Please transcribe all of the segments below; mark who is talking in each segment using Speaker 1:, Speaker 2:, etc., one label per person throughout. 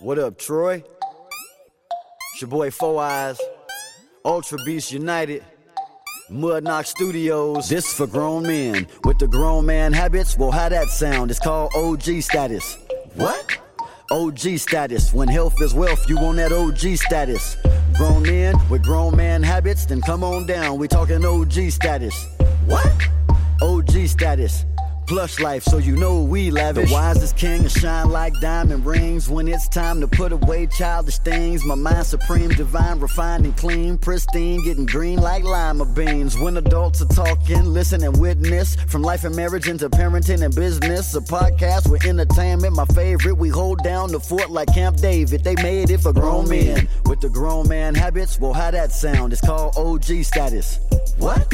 Speaker 1: What up, Troy? It's your boy Four Eyes, Ultra Beast United. Mud Knock Studios. This for grown men with the grown man habits. Well, how that sound? It's called OG status. What? OG status. When health is wealth, you want that OG status. Grown men with grown man habits, then come on down. We talking OG status. What? OG status. Plush life, so you know we lavish. The wisest king and shine like diamond rings. When it's time to put away childish things, my mind supreme, divine, refined and clean, pristine, getting green like lima beans. When adults are talking, listen and witness. From life and marriage into parenting and business, a podcast with entertainment, my favorite. We hold down the fort like Camp David. They made it for grown men with the grown man habits. Well, how that sound? It's called OG status. What?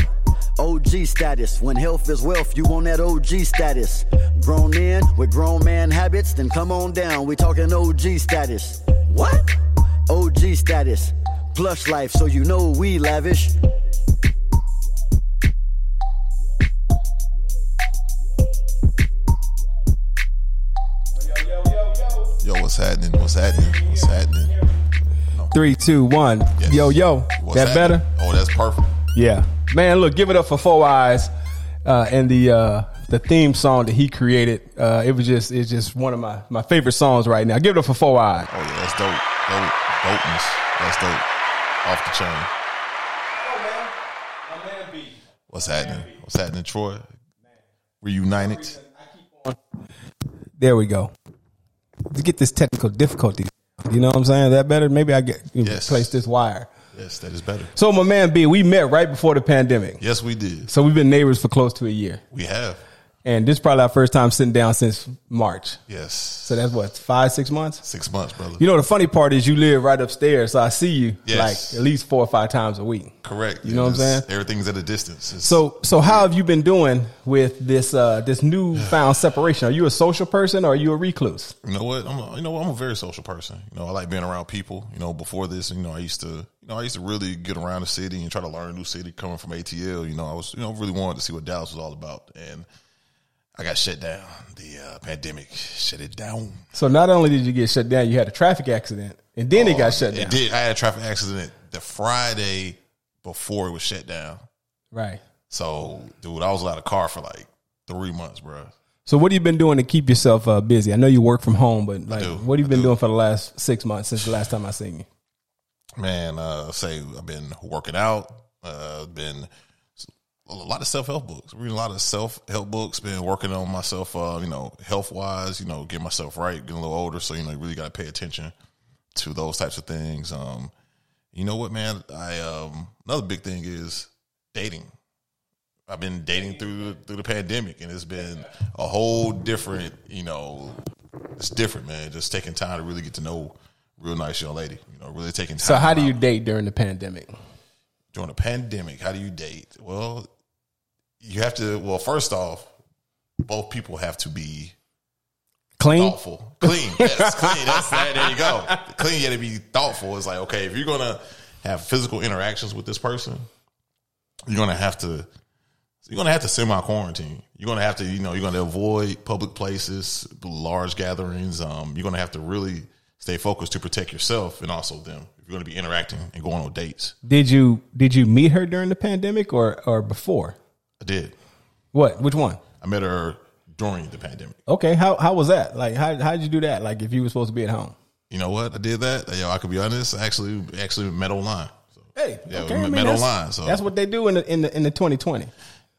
Speaker 1: OG status. When health is wealth, you want that OG status. Grown in with grown man habits, then come on down. We talking OG status. What? OG status. Plush life, so you know we lavish.
Speaker 2: Yo, what's happening? What's happening? What's happening?
Speaker 3: Three, two, one.
Speaker 2: Yes.
Speaker 3: Yo, yo.
Speaker 2: What's
Speaker 3: that
Speaker 2: happening?
Speaker 3: better?
Speaker 2: Oh, that's perfect.
Speaker 3: Yeah. Man, look, give it up for Four Eyes uh, and the uh, the theme song that he created. Uh, it was just it's just one of my, my favorite songs right now. Give it up for Four Eyes.
Speaker 2: Oh yeah, that's dope. Dope. Dopeness. That's dope. Off the chain. What's happening? What's happening, Troy? Reunited.
Speaker 3: There we go. Let's get this technical difficulty. You know what I'm saying? Is that better? Maybe I get you
Speaker 2: Yes.
Speaker 3: replace this wire.
Speaker 2: Yes, that is better.
Speaker 3: So my man B, we met right before the pandemic.
Speaker 2: Yes, we did.
Speaker 3: So we've been neighbors for close to a year.
Speaker 2: We have.
Speaker 3: And this is probably our first time sitting down since March.
Speaker 2: Yes.
Speaker 3: So that's what, five, six months?
Speaker 2: six months, brother.
Speaker 3: You know, the funny part is you live right upstairs, so I see you
Speaker 2: Yes.
Speaker 3: like at least four or five times a week.
Speaker 2: correct.
Speaker 3: you know what I'm
Speaker 2: It's-
Speaker 3: saying?
Speaker 2: Everything's at a distance. It's-
Speaker 3: So, so how have you been doing with this uh, this newfound separation? Are you a social person or are you a recluse?
Speaker 2: You know what? I'm a, you know I'm a very social person. You know I like being around people. You know before this, you know I used to you know I used to really get around the city and try to learn a new city coming from ATL. You know I was you know really wanted to see what Dallas was all about, and I got shut down. The uh, pandemic shut it down.
Speaker 3: So, not only did you get shut down, you had a traffic accident, and then it got shut down.
Speaker 2: It Oh, did. I had a traffic accident the Friday before it was shut down.
Speaker 3: Right.
Speaker 2: So dude, I was out of car for like three months, bro.
Speaker 3: So, what have you been doing to keep yourself uh, busy? I know you work from home, but like,
Speaker 2: do.
Speaker 3: what have
Speaker 2: I
Speaker 3: you been
Speaker 2: do.
Speaker 3: doing for the last six months since the last time I seen you?
Speaker 2: man uh say i've been working out uh been a lot of self-help books reading a lot of self-help books been working on myself uh you know health-wise you know getting myself right getting a little older so you know you really got to pay attention to those types of things um you know what man i um another big thing is dating I've been dating through the, through the pandemic, and it's been a whole different, you know, it's different, man. Just taking time to really get to know real nice young lady, you know, really taking time.
Speaker 3: So, how do you date during the pandemic?
Speaker 2: during a pandemic? How do you date? Well, you have to. Well, first off, both people have to be Oh,
Speaker 3: Clean.
Speaker 2: thoughtful, clean. Yes, clean. That's that. There you go. Clean. You got to be thoughtful. It's like okay, if you're gonna have physical interactions with this person, you're gonna have to. You're gonna have to semi quarantine. You're gonna have to, you know, you're gonna avoid public places, large gatherings. Um, you're gonna have to really stay focused to protect yourself and also them. If you're gonna be interacting and going on dates,
Speaker 3: Did you did you meet her during the pandemic or or before?
Speaker 2: I did.
Speaker 3: What? Which one?
Speaker 2: I met her during the pandemic.
Speaker 3: Okay, how how was that? Like how how'd you do that? Like if you were supposed to be at home.
Speaker 2: You know what? I did that. Yo, I could be honest. I actually actually met online. So,
Speaker 3: Hey,
Speaker 2: Yeah,
Speaker 3: okay,
Speaker 2: we
Speaker 3: I mean,
Speaker 2: met
Speaker 3: that's-
Speaker 2: online, so-
Speaker 3: that's what they do in the in the in the twenty twenty.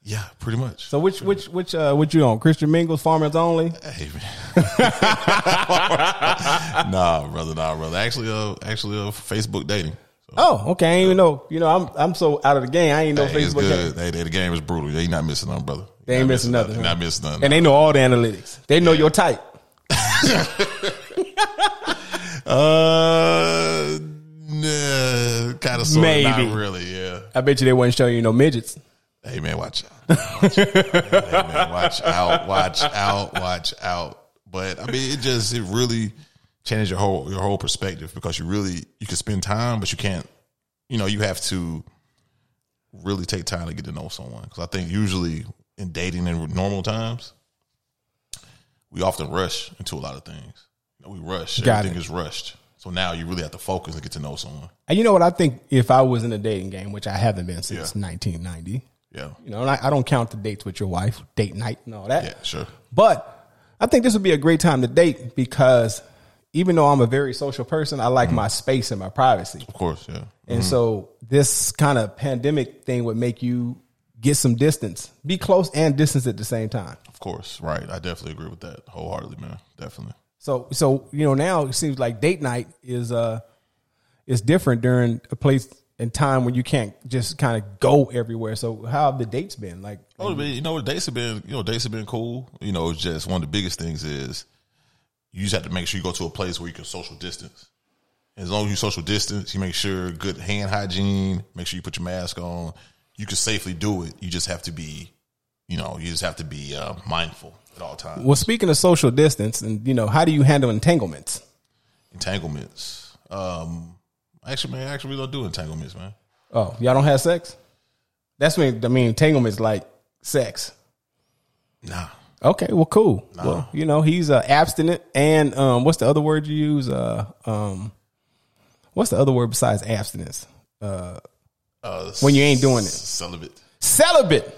Speaker 2: yeah, pretty much.
Speaker 3: So which which which uh which you on? Christian Mingles, Farmers Only.
Speaker 2: Hey man. nah, brother, nah, brother. Actually, uh, actually, uh, Facebook dating. So,
Speaker 3: Oh, okay. I ain't even know. You know, I'm I'm so out of the game. I ain't know
Speaker 2: hey, it's
Speaker 3: Facebook.
Speaker 2: good.
Speaker 3: Game.
Speaker 2: Hey, they- the game is brutal. They not missing nothing, brother.
Speaker 3: They ain't
Speaker 2: Not
Speaker 3: missing nothing,
Speaker 2: They
Speaker 3: huh?
Speaker 2: Not missing nothing.
Speaker 3: And they know all the analytics. They know your type.
Speaker 2: uh, nah, kind of sort of
Speaker 3: Maybe.
Speaker 2: not really. Yeah.
Speaker 3: I bet you they wouldn't show you no midgets.
Speaker 2: Hey man, watch out. Watch out. Hey, man, watch out, watch out, watch out. But I mean it just it really changes your whole your whole perspective because you really you can spend time but you can't you know, you have to really take time to get to know someone cuz I think usually in dating in normal times we often rush into a lot of things. You we rush.
Speaker 3: Got
Speaker 2: Everything
Speaker 3: it.
Speaker 2: is rushed. So now you really have to focus and get to know someone.
Speaker 3: And you know what? I think if I was in a dating game, which I haven't been since 1990,
Speaker 2: Yeah.
Speaker 3: you know, and I, I don't count the dates with your wife, date night and all that.
Speaker 2: Yeah, sure.
Speaker 3: But I think this would be a great time to date because even though I'm a very social person, I like my space and my privacy.
Speaker 2: Of course, yeah.
Speaker 3: And so this kind of pandemic thing would make you get some distance, be close and distance at the same time.
Speaker 2: Of course. Right. I definitely agree with that wholeheartedly, man. Definitely.
Speaker 3: So so you know now it seems like date night is uh is different during a place and time when you can't just kind of go everywhere. So how have the dates been? Like
Speaker 2: Oh, but you know, dates have been, you know, dates have been cool. You know, it's just one of the biggest things is you just have to make sure you go to a place where you can social distance. As long as you social distance, you make sure good hand hygiene, make sure you put your mask on. You can safely do it. You just have to be, you know, you just have to be uh, mindful at all times.
Speaker 3: well speaking of social distance and you know, how do you handle entanglements?
Speaker 2: Entanglements. Um, actually, man, actually, we don't do entanglements, man.
Speaker 3: Oh, y'all don't have sex? That's when I mean entanglements like sex.
Speaker 2: Nah.
Speaker 3: Okay, well, cool. Well, you know, he's uh, abstinent, and um, what's the other word you use? Uh, um, what's the other word besides abstinence?
Speaker 2: Uh,
Speaker 3: When you ain't doing it.
Speaker 2: celibate.
Speaker 3: Celibate.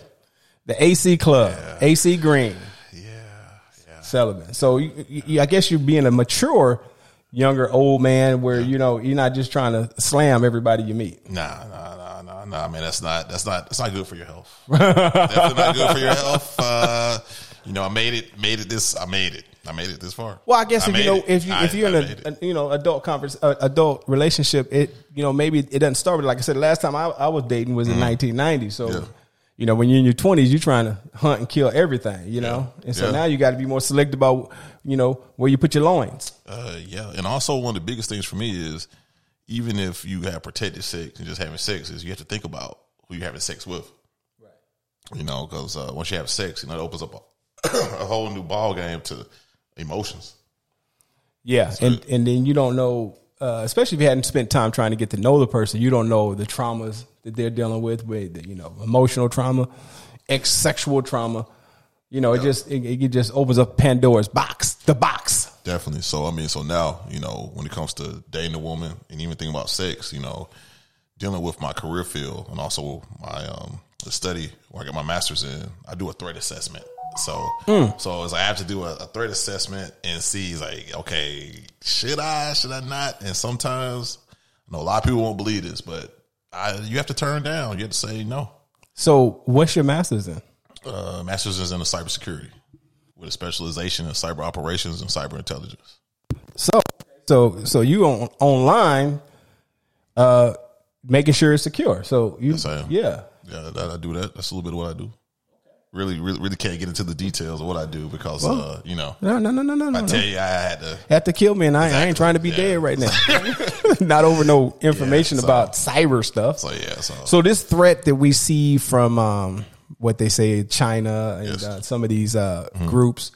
Speaker 3: The AC Club, AC Green,
Speaker 2: Yeah.
Speaker 3: celibate. So you, you, I guess you're being a mature, younger old man, where you know you're not just trying to slam everybody you meet.
Speaker 2: Nah, nah, nah, nah, nah, man. That's not that's not that's not good for your health. Definitely not good for your health. Uh, you know, I made it, made it this, I made it, I made it this far.
Speaker 3: Well, I guess if you
Speaker 2: made
Speaker 3: know
Speaker 2: it.
Speaker 3: if you
Speaker 2: I-
Speaker 3: if you're
Speaker 2: I
Speaker 3: in
Speaker 2: made
Speaker 3: a,
Speaker 2: it.
Speaker 3: a you know adult conference uh, adult relationship, it you know maybe it doesn't start. But like I said, last time I, I was dating was in 1990. So
Speaker 2: Mm-hmm. Yeah.
Speaker 3: you know when you're in your 20s, you're trying to hunt and kill everything. You know, and so
Speaker 2: Yeah.
Speaker 3: now you got to be more selective about you know where you put your loins.
Speaker 2: uh, yeah, and also one of the biggest things for me is even if you have protected sex and just having sex, is you have to think about who you're having sex with. Right. You know, because uh, once you have sex, you know, it opens up a, a whole new ball game to emotions.
Speaker 3: Yeah, and and then you don't know, uh, especially if you hadn't spent time trying to get to know the person, you don't know the traumas that they're dealing with, with you know emotional trauma, ex sexual trauma. You know, it just it, it just opens up Pandora's box, the box.
Speaker 2: Definitely. So I mean, so now you know when it comes to dating a woman and even thinking about sex, you know, dealing with my career field and also my um the study where I got my master's in, I do a threat assessment. So so it's like I have to do a, a threat assessment and see like okay, should I should I not? And sometimes I know a lot of people won't believe this, but I you have to turn down. You have to say no.
Speaker 3: So, what's your master's in?
Speaker 2: Uh, master's is in cybersecurity with a specialization in cyber operations and cyber intelligence.
Speaker 3: So, so, so you on online, uh, making sure it's secure. So you,
Speaker 2: I am.
Speaker 3: yeah.
Speaker 2: Yeah, I, I do that. That's a little bit of what I do. Really, really, really can't get into the details of what I do because, uh, you know,
Speaker 3: No, no, no, no, no.
Speaker 2: I
Speaker 3: no.
Speaker 2: tell you, I had to.
Speaker 3: Have to kill me, and I, I ain't trying to be dead right now. Not over no information
Speaker 2: so-
Speaker 3: about cyber stuff.
Speaker 2: So yeah, so,
Speaker 3: So this threat that we see from um, what they say China and
Speaker 2: Yes. Mm-hmm.
Speaker 3: uh, some of these uh, groups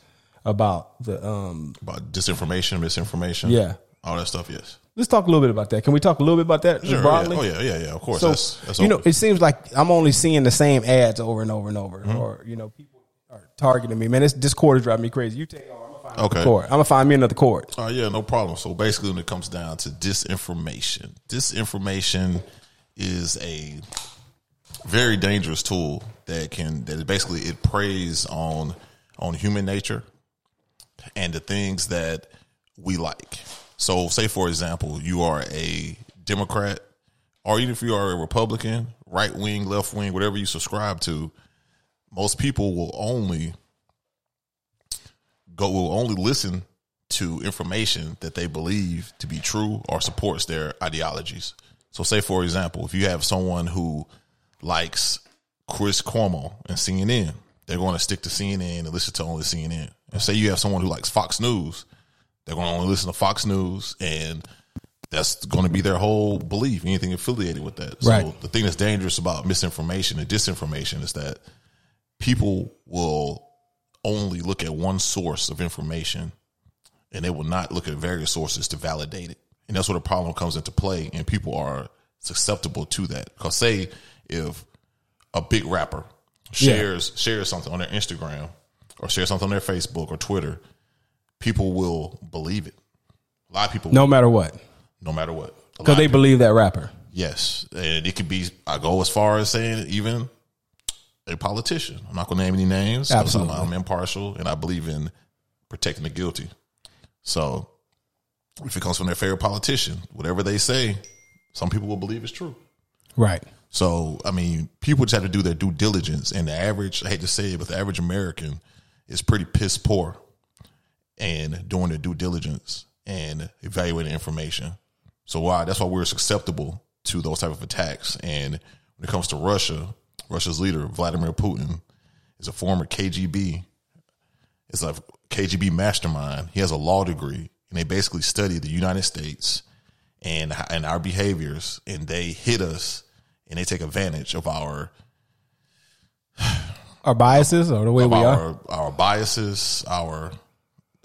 Speaker 3: about the um,
Speaker 2: about disinformation, misinformation,
Speaker 3: Yeah.
Speaker 2: all that stuff. Yes,
Speaker 3: let's talk a little bit about that. Can we talk a little bit about that
Speaker 2: Sure, yeah.
Speaker 3: broadly?
Speaker 2: Oh yeah, yeah, yeah. Of course,
Speaker 3: So
Speaker 2: that's, that's
Speaker 3: you know,
Speaker 2: open.
Speaker 3: it seems like I'm only seeing the same ads over and over and over,
Speaker 2: Mm-hmm.
Speaker 3: or you know, people are targeting me. Man, this Discord is driving me crazy. You take over. I'm gonna find another
Speaker 2: Okay.
Speaker 3: chord. I'm gonna find me another chord.
Speaker 2: Oh yeah, no problem. So basically, when it comes down to disinformation, disinformation is a very dangerous tool that can that basically it preys on on human nature and the things that we like. So, say for example, you are a Democrat, or even if you are a Republican, right wing, left wing, whatever you subscribe to, most people will only go will only listen to information that they believe to be true or supports their ideologies. So say for example, if you have someone who likes Chris Cuomo and CNN, they're going to stick to CNN and listen to only CNN. And say you have someone who likes Fox News, they're going to only listen to Fox News and that's going to be their whole belief, anything affiliated with that. So
Speaker 3: Right.
Speaker 2: the thing that's dangerous about misinformation and disinformation is that people will only look at one source of information and they will not look at various sources to validate it. And that's where the problem comes into play and people are susceptible to that. Cause say if a big rapper shares shares something on their Instagram or shares something on their Facebook or Twitter, people will believe it. A lot of people,
Speaker 3: no matter what,
Speaker 2: no matter what, A lot
Speaker 3: because they
Speaker 2: of people-
Speaker 3: believe that rapper.
Speaker 2: yes, and it could be. I go as far as saying even a politician. I'm not going to name any names. 'cause I'm-
Speaker 3: Absolutely.
Speaker 2: I'm impartial, and I believe in protecting the guilty. So, if it comes from their favorite politician, whatever they say, some people will believe is true.
Speaker 3: Right.
Speaker 2: So, I mean, people just have to do their due diligence. And the average, I hate to say it, but the average American is pretty piss poor and doing their due diligence and evaluating information. So why that's why we're susceptible to those type of attacks. And when it comes to Russia, Russia's leader, Vladimir Putin, is a former KGB it's a KGB mastermind. He has a law degree, and they basically study the United States and and our behaviors, and they hit us, and they take advantage of our
Speaker 3: Our biases or the way
Speaker 2: of
Speaker 3: we are,
Speaker 2: our, our biases, our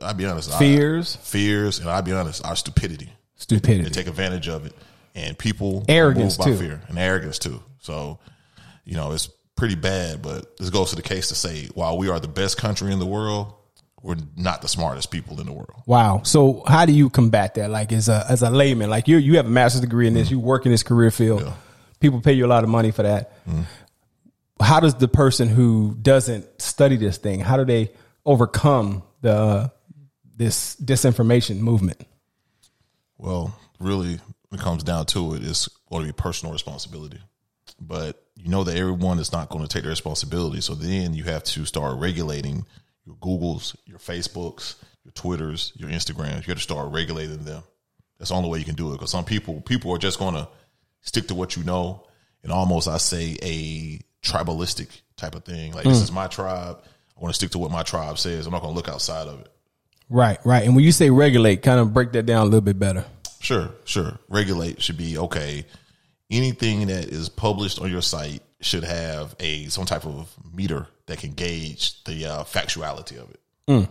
Speaker 2: I'll be honest, our
Speaker 3: fears,
Speaker 2: fears, and I'll be honest, our stupidity. They
Speaker 3: stupidity.
Speaker 2: take advantage of it, and people
Speaker 3: Arrogance,
Speaker 2: are moved
Speaker 3: too.
Speaker 2: by fear and arrogance too. So, you know, it's pretty bad. But this goes to the case to say, while we are the best country in the world, we're not the smartest people in the world.
Speaker 3: Wow. So how do you combat that? Like as a as a layman, like you you have a master's degree in this, you work in this career field. People pay you a lot of money for that.
Speaker 2: Mm-hmm.
Speaker 3: How does the person who doesn't study this thing, how do they overcome the this disinformation movement?
Speaker 2: Well, really, when it comes down to it, it's going to be personal responsibility. But you know that everyone is not going to take their responsibility. So then you have to start regulating your Googles, your Facebooks, your Twitters, your Instagrams. You have to start regulating them. That's the only way you can do it. Because some people, people are just going to stick to what you know, and almost I say a tribalistic type of thing. Like this is my tribe. I want to stick to what my tribe says. I'm not going to look outside of it.
Speaker 3: Right, right. And when you say regulate, kind of break that down a little bit better.
Speaker 2: Sure, sure. Regulate should be okay. Anything that is published on your site should have a some type of meter that can gauge the uh, factuality of it.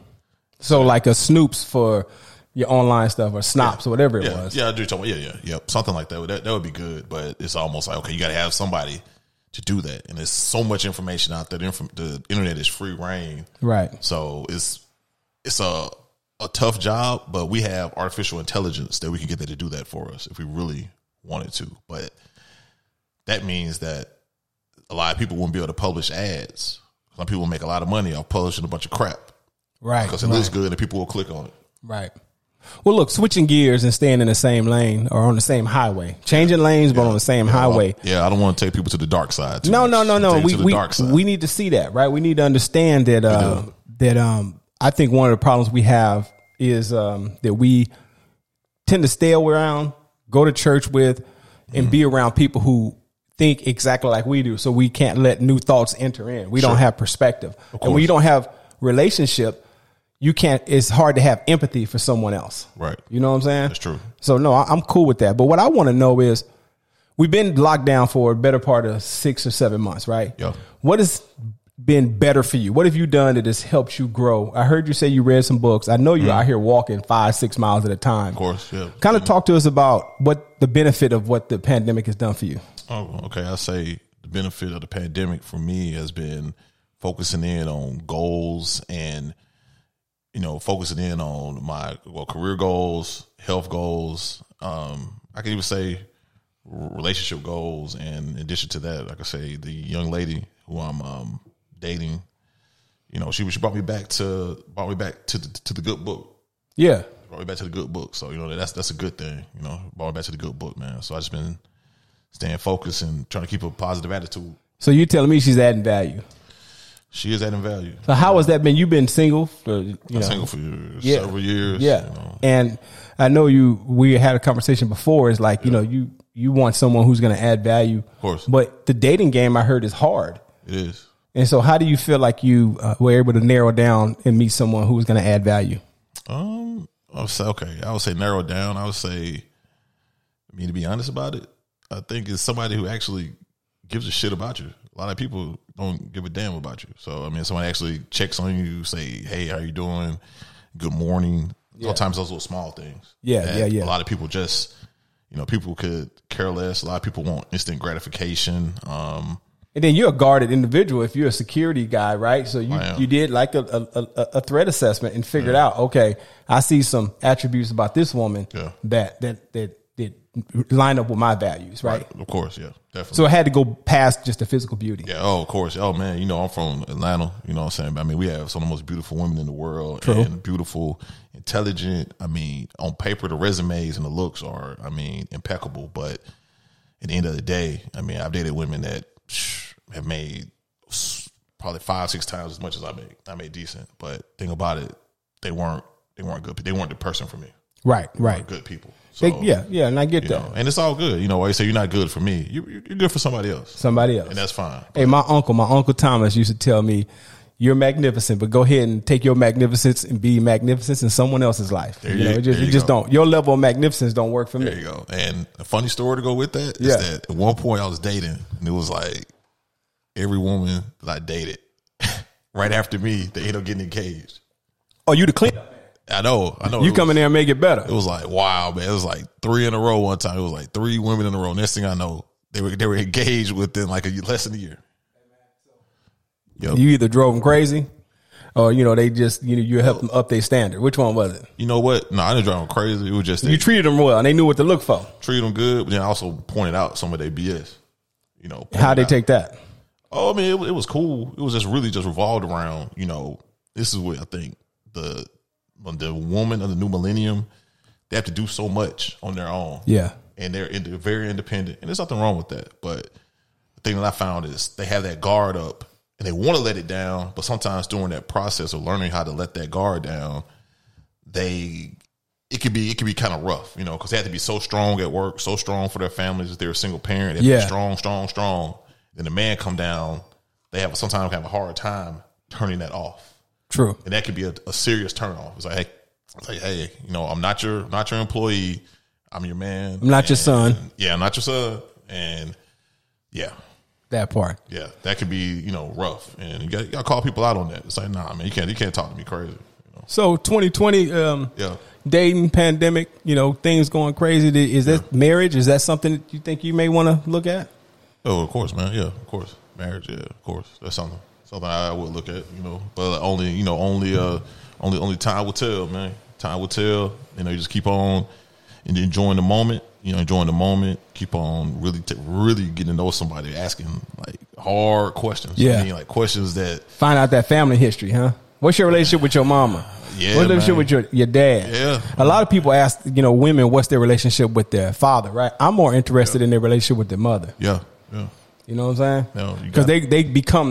Speaker 3: So like a Snoop's for your online stuff or Snops or whatever it
Speaker 2: Yeah,
Speaker 3: was.
Speaker 2: yeah, I do. Talk about, yeah, yeah, yep. Something like that. would- That that would be good. But it's almost like okay, you got to have somebody to do that. And there's so much information out there. The, inf- the internet is free reign,
Speaker 3: Right.
Speaker 2: so it's it's a a tough job. But we have artificial intelligence that we can get there to do that for us if we really wanted to. But that means that a lot of people won't be able to publish ads. Some people make a lot of money off publishing a bunch of crap
Speaker 3: Right.
Speaker 2: because it looks good and people will click on it.
Speaker 3: Right. Well, look, switching gears and staying in the same lane or on the same highway, changing lanes, but on the same highway.
Speaker 2: Yeah, I don't want to take people to the dark side. too
Speaker 3: No,
Speaker 2: much.
Speaker 3: no, no, no.
Speaker 2: Take
Speaker 3: We
Speaker 2: to the
Speaker 3: we,
Speaker 2: dark side.
Speaker 3: we need to see that, right? We need to understand that uh, that um, I think one of the problems we have is um, that we tend to stay around, go to church with, and be
Speaker 2: Mm.
Speaker 3: around people who think exactly like we do. So we can't let new thoughts enter in. We don't have perspective, and when you don't have relationship, you can't. It's hard to have empathy for someone else.
Speaker 2: right.
Speaker 3: You know what I'm saying?
Speaker 2: That's true.
Speaker 3: So no, I- I'm cool with that. But what I want to know is, we've been locked down for a better part of six or seven months, right?
Speaker 2: Yeah.
Speaker 3: What has been better for you? What have you done that has helped you grow? I heard you say you read some books. I know you're out here walking five, six miles at a time.
Speaker 2: Mm-hmm. Of course. Mm-hmm. Yeah.
Speaker 3: Kind of talk to us about what the benefit of what the pandemic has done for you.
Speaker 2: Oh, okay. I say the benefit of the pandemic for me has been focusing in on goals and you know focusing in on my well career goals, health goals. Um, I can even say r- relationship goals. And in addition to that, like I say, the young lady who I'm um, dating, you know, she was- she brought me back to brought me back to the, to the good book
Speaker 3: Yeah.
Speaker 2: brought me back to the good book. So you know that's that's a good thing. You know, brought me back to the good book, man. So I just been staying focused and trying to keep a positive attitude.
Speaker 3: So you're telling me she's adding value.
Speaker 2: She is adding value.
Speaker 3: So how has that been? You've been single for you know
Speaker 2: Single for years,
Speaker 3: Yeah.
Speaker 2: several years.
Speaker 3: Yeah,
Speaker 2: you know.
Speaker 3: and I know you. We had a conversation before. It's like you know you you want someone who's going to add value, of
Speaker 2: course.
Speaker 3: But the dating game I heard is hard,
Speaker 2: it is.
Speaker 3: and so how do you feel like you uh, were able to narrow down and meet someone who was going to add value?
Speaker 2: Um, I would say okay. I would say narrow it down. I would say, I mean to be honest about it, I think it's somebody who actually gives a shit about you. A lot of people don't give a damn about you. So I mean, someone actually checks on you, say, "Hey, how you doing? Good morning." Sometimes those little small things.
Speaker 3: Yeah,
Speaker 2: that
Speaker 3: yeah, yeah.
Speaker 2: A lot of people just, you know, people could care less. A lot of people want instant gratification. Um,
Speaker 3: And then you're a guarded individual if you're a security guy, right? So you,
Speaker 2: I am.
Speaker 3: you did like a, a, a, a threat assessment and figured out, okay, I see some attributes about this woman
Speaker 2: Yeah.
Speaker 3: that, that, that, that line up with my values, right?
Speaker 2: Right. Of course, yeah, definitely.
Speaker 3: So it had to go past just the physical beauty.
Speaker 2: Yeah, oh, of course. Oh man, you know I'm from Atlanta. You know what I'm saying. I mean, we have some of the most beautiful women in the world, and beautiful, intelligent. I mean, on paper, the resumes and the looks are, I mean, impeccable. But at the end of the day, I mean, I've dated women that psh, have made s- probably five, six times as much as I make. I made decent, but think about it, they weren't, they weren't good. They weren't the person for me.
Speaker 3: Right, right.
Speaker 2: Good people. So,
Speaker 3: They- yeah, yeah, and I get
Speaker 2: You
Speaker 3: that.
Speaker 2: know, and it's all good. You know, why you say you're not good for me? You, you're good for somebody else,
Speaker 3: Somebody else.
Speaker 2: and that's fine.
Speaker 3: Hey, my uncle, my uncle Thomas used to tell me, "You're magnificent, but go ahead and take your magnificence and be magnificent in someone else's life.
Speaker 2: you-
Speaker 3: know, it just,
Speaker 2: there
Speaker 3: you
Speaker 2: you
Speaker 3: just
Speaker 2: go.
Speaker 3: don't. Your level of magnificence don't work for me.
Speaker 2: There you go. And a funny story to go with that is
Speaker 3: Yeah.
Speaker 2: that at one point I was dating, and it was like every woman that I dated, right after me, they end up getting engaged.
Speaker 3: Oh, you the clean? up.
Speaker 2: I know, I know.
Speaker 3: You
Speaker 2: It
Speaker 3: come in
Speaker 2: was-
Speaker 3: there and make it
Speaker 2: It
Speaker 3: better.
Speaker 2: was like wow, man. It was like three in a row one time. It was like three women in a row. Next thing I know, they were they were engaged within like a year- less than a year. Yep.
Speaker 3: You either drove them crazy, or you know they just you know you help them up their standard. Which one was it?
Speaker 2: You know what? No, I didn't drive them crazy. It was just they
Speaker 3: You treated them well, and they knew what to look for.
Speaker 2: treated them good, but then I also pointed out some of their BS. You know,
Speaker 3: How
Speaker 2: pointed
Speaker 3: they
Speaker 2: out-
Speaker 3: take that?
Speaker 2: Oh, I mean, it, wa- it was cool. It was just really just revolved around, you know, this is what I think the the woman of the new millennium, they have to do so much on their own.
Speaker 3: Yeah,
Speaker 2: And they're in, they're very independent. And there's nothing wrong with that. But the thing that I found is they have that guard up and they want to let it down. But sometimes during that process of learning how to let that guard down, they it could be it could be kind of rough, you know, because they had to be so strong at work, so strong for their families. If they're a single parent, they have to
Speaker 3: Yeah.
Speaker 2: be strong, strong, strong. Then the man come down, they have sometimes have a hard time turning that off,
Speaker 3: true.
Speaker 2: and that could be a, a serious turnoff. It's like, hey, it's like, hey, you know, I'm not your not your employee, I'm your man.
Speaker 3: I'm not your son.
Speaker 2: Yeah, I'm not your son, and yeah,
Speaker 3: That part.
Speaker 2: yeah, that could be you know rough, and you got you got to call people out on that. It's like, nah, man, you can't you can't talk to me crazy. You know?
Speaker 3: So 2020. Um,
Speaker 2: Yeah.
Speaker 3: dating pandemic you know things going crazy is that marriage is that something that you think you may want to look at
Speaker 2: Oh, of course, man. Yeah, of course. Marriage, yeah, of course. That's something something I would look at, you know. But only, you know, only uh only only time will tell, man. Time will tell. You know, you just keep on and enjoying the moment, you know, enjoying the moment, keep on really t- really getting to know somebody, asking like hard questions.
Speaker 3: Yeah.
Speaker 2: I mean, like questions that
Speaker 3: find out that family history huh what's your relationship with your mama
Speaker 2: Yeah,
Speaker 3: what's your relationship
Speaker 2: man.
Speaker 3: with your, your dad
Speaker 2: Yeah.
Speaker 3: a lot of people ask you know women what's their relationship with their father right i'm more interested in their relationship with their mother
Speaker 2: yeah, yeah,
Speaker 3: you know what i'm
Speaker 2: No,
Speaker 3: saying
Speaker 2: you
Speaker 3: because
Speaker 2: got
Speaker 3: they, they become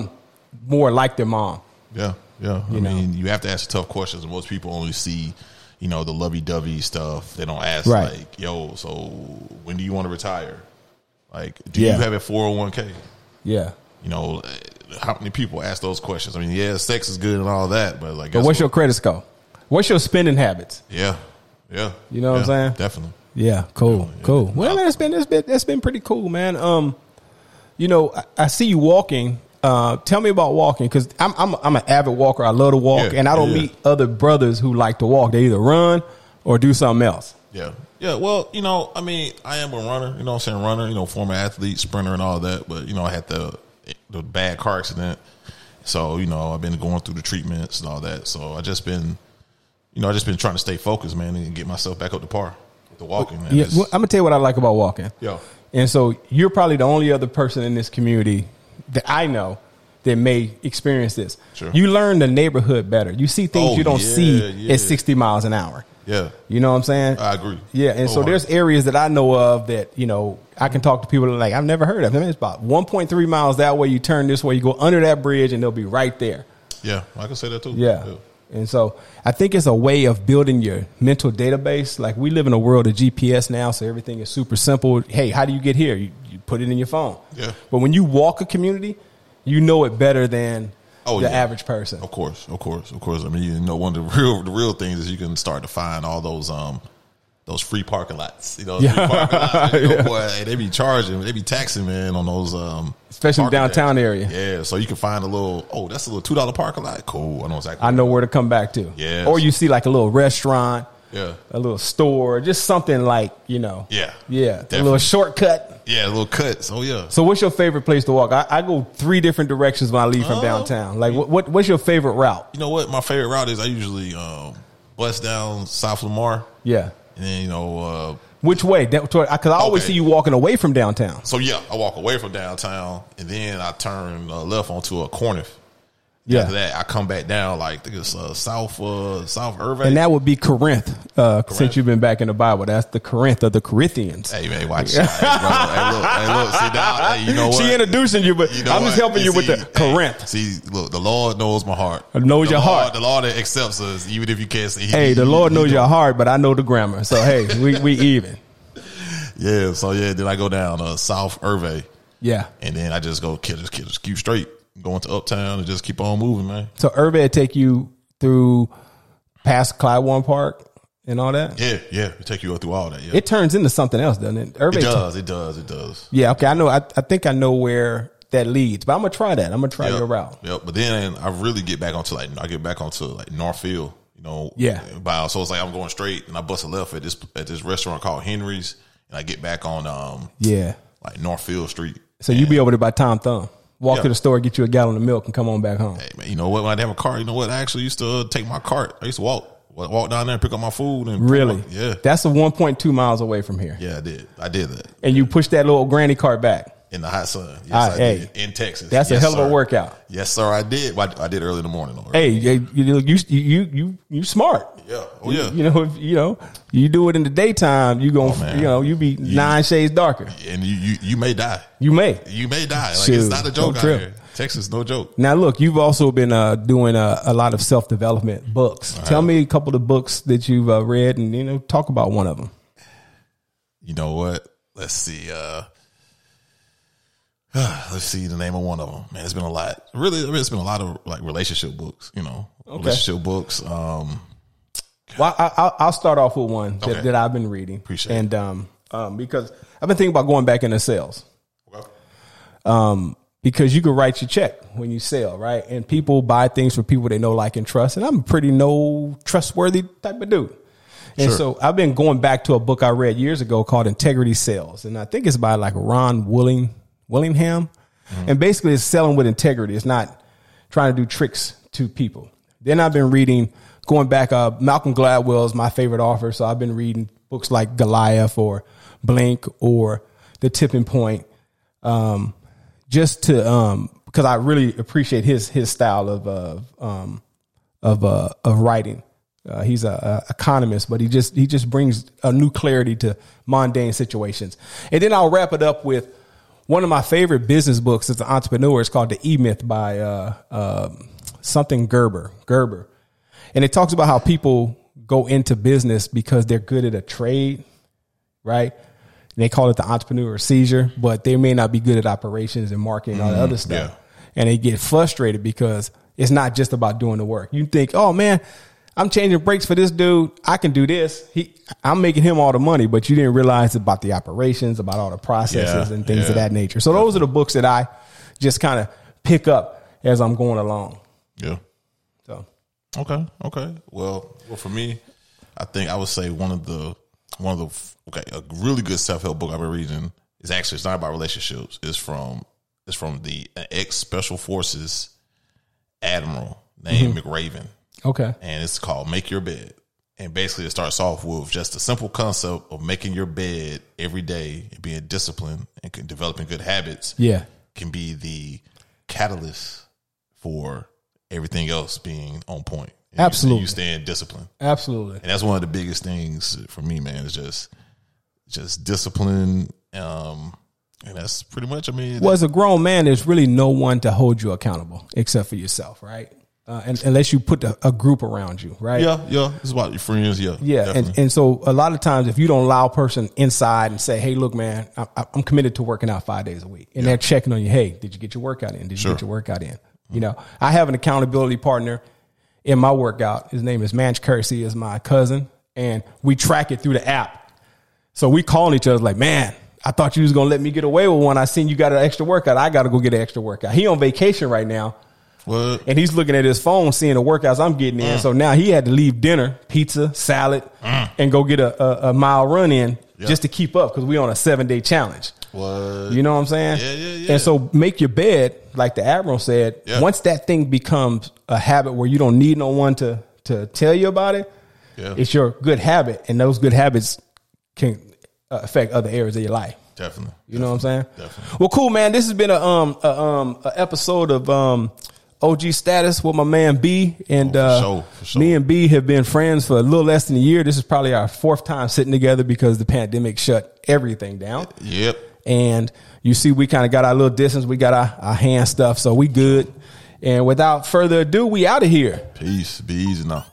Speaker 3: more like their mom
Speaker 2: yeah, yeah. I
Speaker 3: know.
Speaker 2: mean, you have to ask the tough questions and most people only see you know the lovey-dovey stuff. They don't ask
Speaker 3: Right.
Speaker 2: like, "Yo, so when do you want to retire?" Like, do
Speaker 3: Yeah.
Speaker 2: you have a four hundred one k?
Speaker 3: yeah
Speaker 2: You know, uh, how many people ask those questions? I mean, yeah, sex is good and all that, but like,
Speaker 3: but
Speaker 2: guess
Speaker 3: what's your
Speaker 2: what?
Speaker 3: credit score what's your spending habits
Speaker 2: yeah, yeah?
Speaker 3: You know what I'm
Speaker 2: Yeah,
Speaker 3: saying?
Speaker 2: Definitely.
Speaker 3: Yeah, cool, cool. Well, man, it's been it's been it's been pretty cool, man. Um, you know, I, I see you walking. Uh, tell me about walking because I'm I'm I'm an avid walker. I love to walk,
Speaker 2: Yeah,
Speaker 3: and I don't
Speaker 2: yeah.
Speaker 3: meet other brothers who like to walk. They either run or do something else.
Speaker 2: Yeah. Yeah. Well, you know, I mean, I am a runner, you know what I'm saying? Runner, you know, former athlete, sprinter and all that, but you know, I had the the bad car accident. So, you know, I've been going through the treatments and all that. So I just been you know, I just been trying to stay focused, man, and get myself back up to par with the walking, man.
Speaker 3: Yeah,
Speaker 2: It's-
Speaker 3: well, I'm gonna tell you what I like about walking.
Speaker 2: Yeah.
Speaker 3: and so you're probably the only other person in this community that I know that may experience this.
Speaker 2: Sure.
Speaker 3: You learn the neighborhood better. You see things
Speaker 2: Oh,
Speaker 3: you don't
Speaker 2: yeah,
Speaker 3: see
Speaker 2: yeah.
Speaker 3: at 60 miles an hour.
Speaker 2: yeah.
Speaker 3: You know what I'm saying?
Speaker 2: I agree.
Speaker 3: Yeah, and so there's areas that I know of that you know I can talk to people that are like I've never heard of them. It's about 1.3 miles that way. You turn this way, you go under that bridge, and they'll be right there.
Speaker 2: Yeah, I can say that too.
Speaker 3: Yeah. And so I think it's a way of building your mental database. Like we live in a world of GPS now, so everything is super simple. Hey, how do you get here? You, you put it in your phone.
Speaker 2: Yeah.
Speaker 3: But when you walk a community, you know it better than
Speaker 2: Oh,
Speaker 3: the
Speaker 2: yeah.
Speaker 3: average person.
Speaker 2: Of course, of course, of course. I mean, you know, one of the real the real things is you can start to find all those um those free parking lots. You know, free
Speaker 3: Yeah.
Speaker 2: parking lots. You know,
Speaker 3: Yeah.
Speaker 2: boy, hey, they be charging, they be taxing, man, on those um
Speaker 3: Especially
Speaker 2: parking
Speaker 3: downtown
Speaker 2: lots.
Speaker 3: area.
Speaker 2: Yeah, so you can find a little. Oh, that's a little two dollar parking lot. Cool. I know exactly.
Speaker 3: I know where to come back to.
Speaker 2: Yes.
Speaker 3: Or you see like a little restaurant
Speaker 2: Yeah.
Speaker 3: a little store, just something like you know,
Speaker 2: Yeah.
Speaker 3: yeah, a
Speaker 2: Definitely.
Speaker 3: little shortcut.
Speaker 2: Yeah, little cuts. Oh yeah.
Speaker 3: So, what's your favorite place to walk? I, I go three different directions when I leave
Speaker 2: Oh.
Speaker 3: from downtown. Like, what, what what's your favorite route?
Speaker 2: You know what? My favorite route is I usually um bust down South Lamar
Speaker 3: Yeah,
Speaker 2: and then you know uh
Speaker 3: which way? Because I 'cause I always
Speaker 2: Okay.
Speaker 3: see you walking away from downtown.
Speaker 2: so yeah, I walk away from downtown and then I turn uh, left onto a Corniff. After
Speaker 3: Yeah,
Speaker 2: that, I come back down like I think it's uh, South uh, South Irving.
Speaker 3: and that would be Corinth. Uh, Since you've been back in the Bible, that's the Corinth of the Corinthians.
Speaker 2: Hey man, watch out, hey, bro. Hey, look, hey, look, see now, hey, you know what?
Speaker 3: She introducing you, but
Speaker 2: You know
Speaker 3: I'm just
Speaker 2: what?
Speaker 3: helping you with
Speaker 2: see,
Speaker 3: the Corinth.
Speaker 2: Hey, see, look, the Lord knows my heart.
Speaker 3: Knows your
Speaker 2: The Lord-
Speaker 3: heart.
Speaker 2: The Lord that accepts us, even if you can't see.
Speaker 3: Hey, the Lord knows
Speaker 2: your
Speaker 3: your heart, but I know the grammar. So hey, we we even.
Speaker 2: Yeah, so yeah, then I go down uh, South Irving,
Speaker 3: Yeah.
Speaker 2: and then I just go kill, just kill, just keep straight, going to Uptown, and just keep on moving, man.
Speaker 3: So Irving would take you through past Clybourne Park and all that.
Speaker 2: Yeah, yeah, it take you up through all that. Yeah, it,
Speaker 3: It turns into something else, doesn't it? Irving.
Speaker 2: does, it does, it does.
Speaker 3: yeah. Okay. I know. I, I think I know where that leads, but I'm gonna try that. I'm gonna try
Speaker 2: Yep,
Speaker 3: your route.
Speaker 2: Yep. But then I really get back onto like I get back onto like Northfield, you know.
Speaker 3: Yeah.
Speaker 2: By, so it's like I'm going straight, and I bust a left at this at this restaurant called Henry's, and I get back on um
Speaker 3: Yeah.
Speaker 2: like Northfield Street.
Speaker 3: So you be able to buy Tom Thumb, walk
Speaker 2: Yeah.
Speaker 3: to the store, get you a gallon of milk, and come on back home.
Speaker 2: Hey man, you know what? When I didn't have a car, you know what? I actually used to uh, take my cart. I used to walk walk down there and pick up my food and
Speaker 3: Really?
Speaker 2: yeah,
Speaker 3: That's a 1.2 miles away from here,
Speaker 2: yeah. I did. I did that.
Speaker 3: and you push that little granny cart back.
Speaker 2: in the hot sun. Yes,
Speaker 3: Ah,
Speaker 2: I
Speaker 3: hey.
Speaker 2: did. In Texas.
Speaker 3: That's
Speaker 2: Yes,
Speaker 3: a hell of
Speaker 2: sir.
Speaker 3: a workout.
Speaker 2: Yes, sir. I did. Well, I I did early in the morning. Though.
Speaker 3: Hey, you you you you you, you smart.
Speaker 2: Yeah. Oh yeah. Oh,
Speaker 3: You know, if you know, you do it in the daytime, you gonna,
Speaker 2: man.
Speaker 3: you know, you be nine shades darker.
Speaker 2: And you, you you may die.
Speaker 3: You may.
Speaker 2: You may die. Like
Speaker 3: Shoot,
Speaker 2: it's not a
Speaker 3: don't
Speaker 2: joke out
Speaker 3: trip.
Speaker 2: here. Texas, no joke.
Speaker 3: Now, look, you've also been uh, doing uh, a lot of self development books. Tell me a couple of the books that you've uh, read, and you know, talk about one of them.
Speaker 2: You know what? Let's see. Uh, let's see the name of one of them. Man, it's been a lot. Really, I mean, it's been a lot of like relationship books. You know, relationship books. Um,
Speaker 3: Well, I, I, I'll start off with one that,
Speaker 2: Okay.
Speaker 3: that I've been reading,
Speaker 2: Appreciate
Speaker 3: and um, um, because I've been thinking about going back into sales. because you can write your check when you sell, right? And people buy things from people they know, like, and trust. And I'm a pretty no trustworthy type of dude. And so I've been going back to a book I read years ago called Integrity Sales. And I think it's by like Ron Willing, Willingham. And basically it's selling with integrity. It's not trying to do tricks to people. Then I've been reading, going back, uh, Malcolm Gladwell's my favorite author. So I've been reading books like Goliath or Blink or The Tipping Point just to um because I really appreciate his his style of uh, um of uh of writing. Uh, he's a, a economist, but he just he just brings a new clarity to mundane situations. And then I'll wrap it up with one of my favorite business books as an entrepreneur. It's called The E Myth by uh, um something Gerber Gerber, and it talks about how people go into business because they're good at a trade right? And they call it the entrepreneur seizure, but they may not be good at operations and marketing and all
Speaker 2: Mm-hmm.
Speaker 3: that other stuff. And they get frustrated because it's not just about doing the work. You think, oh man, I'm changing brakes for this dude. I can do this. He, I'm making him all the money, but you didn't realize about the operations, about all the processes
Speaker 2: Yeah,
Speaker 3: and things of
Speaker 2: yeah.
Speaker 3: that nature. So those are the books that I just kind of pick up as I'm going along.
Speaker 2: Yeah.
Speaker 3: So
Speaker 2: Okay. Okay. Well, well, for me, I think I would say one of the one of the okay a really good self help book I've been reading is actually it's not about relationships. It's from it's from the ex Special Forces admiral named
Speaker 3: Mm-hmm.
Speaker 2: McRaven,
Speaker 3: okay,
Speaker 2: and it's called "Make Your Bed." And basically, it starts off with just the simple concept of making your bed every day and being disciplined and can- developing good habits
Speaker 3: yeah,
Speaker 2: can be the catalyst for everything else being on point. And you-
Speaker 3: Absolutely.
Speaker 2: you staying disciplined,
Speaker 3: absolutely,
Speaker 2: and that's one of the biggest things for me, man. Is just just discipline, um, and that's pretty much. I mean,
Speaker 3: Well, as a grown man, there's really no one to hold you accountable except for yourself, right? Uh, and, unless you put a, a group around you, right?
Speaker 2: yeah, yeah. It's about your friends, yeah,
Speaker 3: Yeah, and,
Speaker 2: definitely.
Speaker 3: and so a lot of times, if you don't allow a person inside and say, "Hey, look, man, I, I- I'm committed to working out five days a week," and they're checking on you, "Hey, did you get your workout in? Did you get your workout in?" You know, I have an accountability partner in my workout. His name is Manch Kersey, is my cousin, and we track it through the app. So we calling each other like, "Man, I thought you was gonna let me get away with one. I seen you got an extra workout. I got to go get an extra workout." He on vacation right now,
Speaker 2: What?
Speaker 3: and he's looking at his phone, seeing the workouts I'm getting
Speaker 2: Mm.
Speaker 3: in. So now he had to leave dinner, pizza, salad, and go get a, a, a mile run in just to keep up because we on a seven day challenge.
Speaker 2: What?
Speaker 3: You know what I'm saying?
Speaker 2: Yeah, yeah, yeah.
Speaker 3: And so make your bed, like the admiral said.
Speaker 2: Yeah.
Speaker 3: Once that thing becomes a habit where you don't need no one to to tell you about it,
Speaker 2: Yeah.
Speaker 3: it's your good habit, and those good habits can uh, affect other areas of your life.
Speaker 2: Definitely.
Speaker 3: You know what I'm saying?
Speaker 2: Definitely.
Speaker 3: Well, cool, man. This has been a um a, um a episode of um OG status with my man B and
Speaker 2: Oh, for
Speaker 3: uh
Speaker 2: sure, for sure.
Speaker 3: me and B have been friends for a little less than a year. This is probably our fourth time sitting together because the pandemic shut everything down.
Speaker 2: Yep.
Speaker 3: And you see, we kind of got our little distance. We got our, our hand stuff, so we good. And without further ado, we out of here.
Speaker 2: Peace. Be easy now.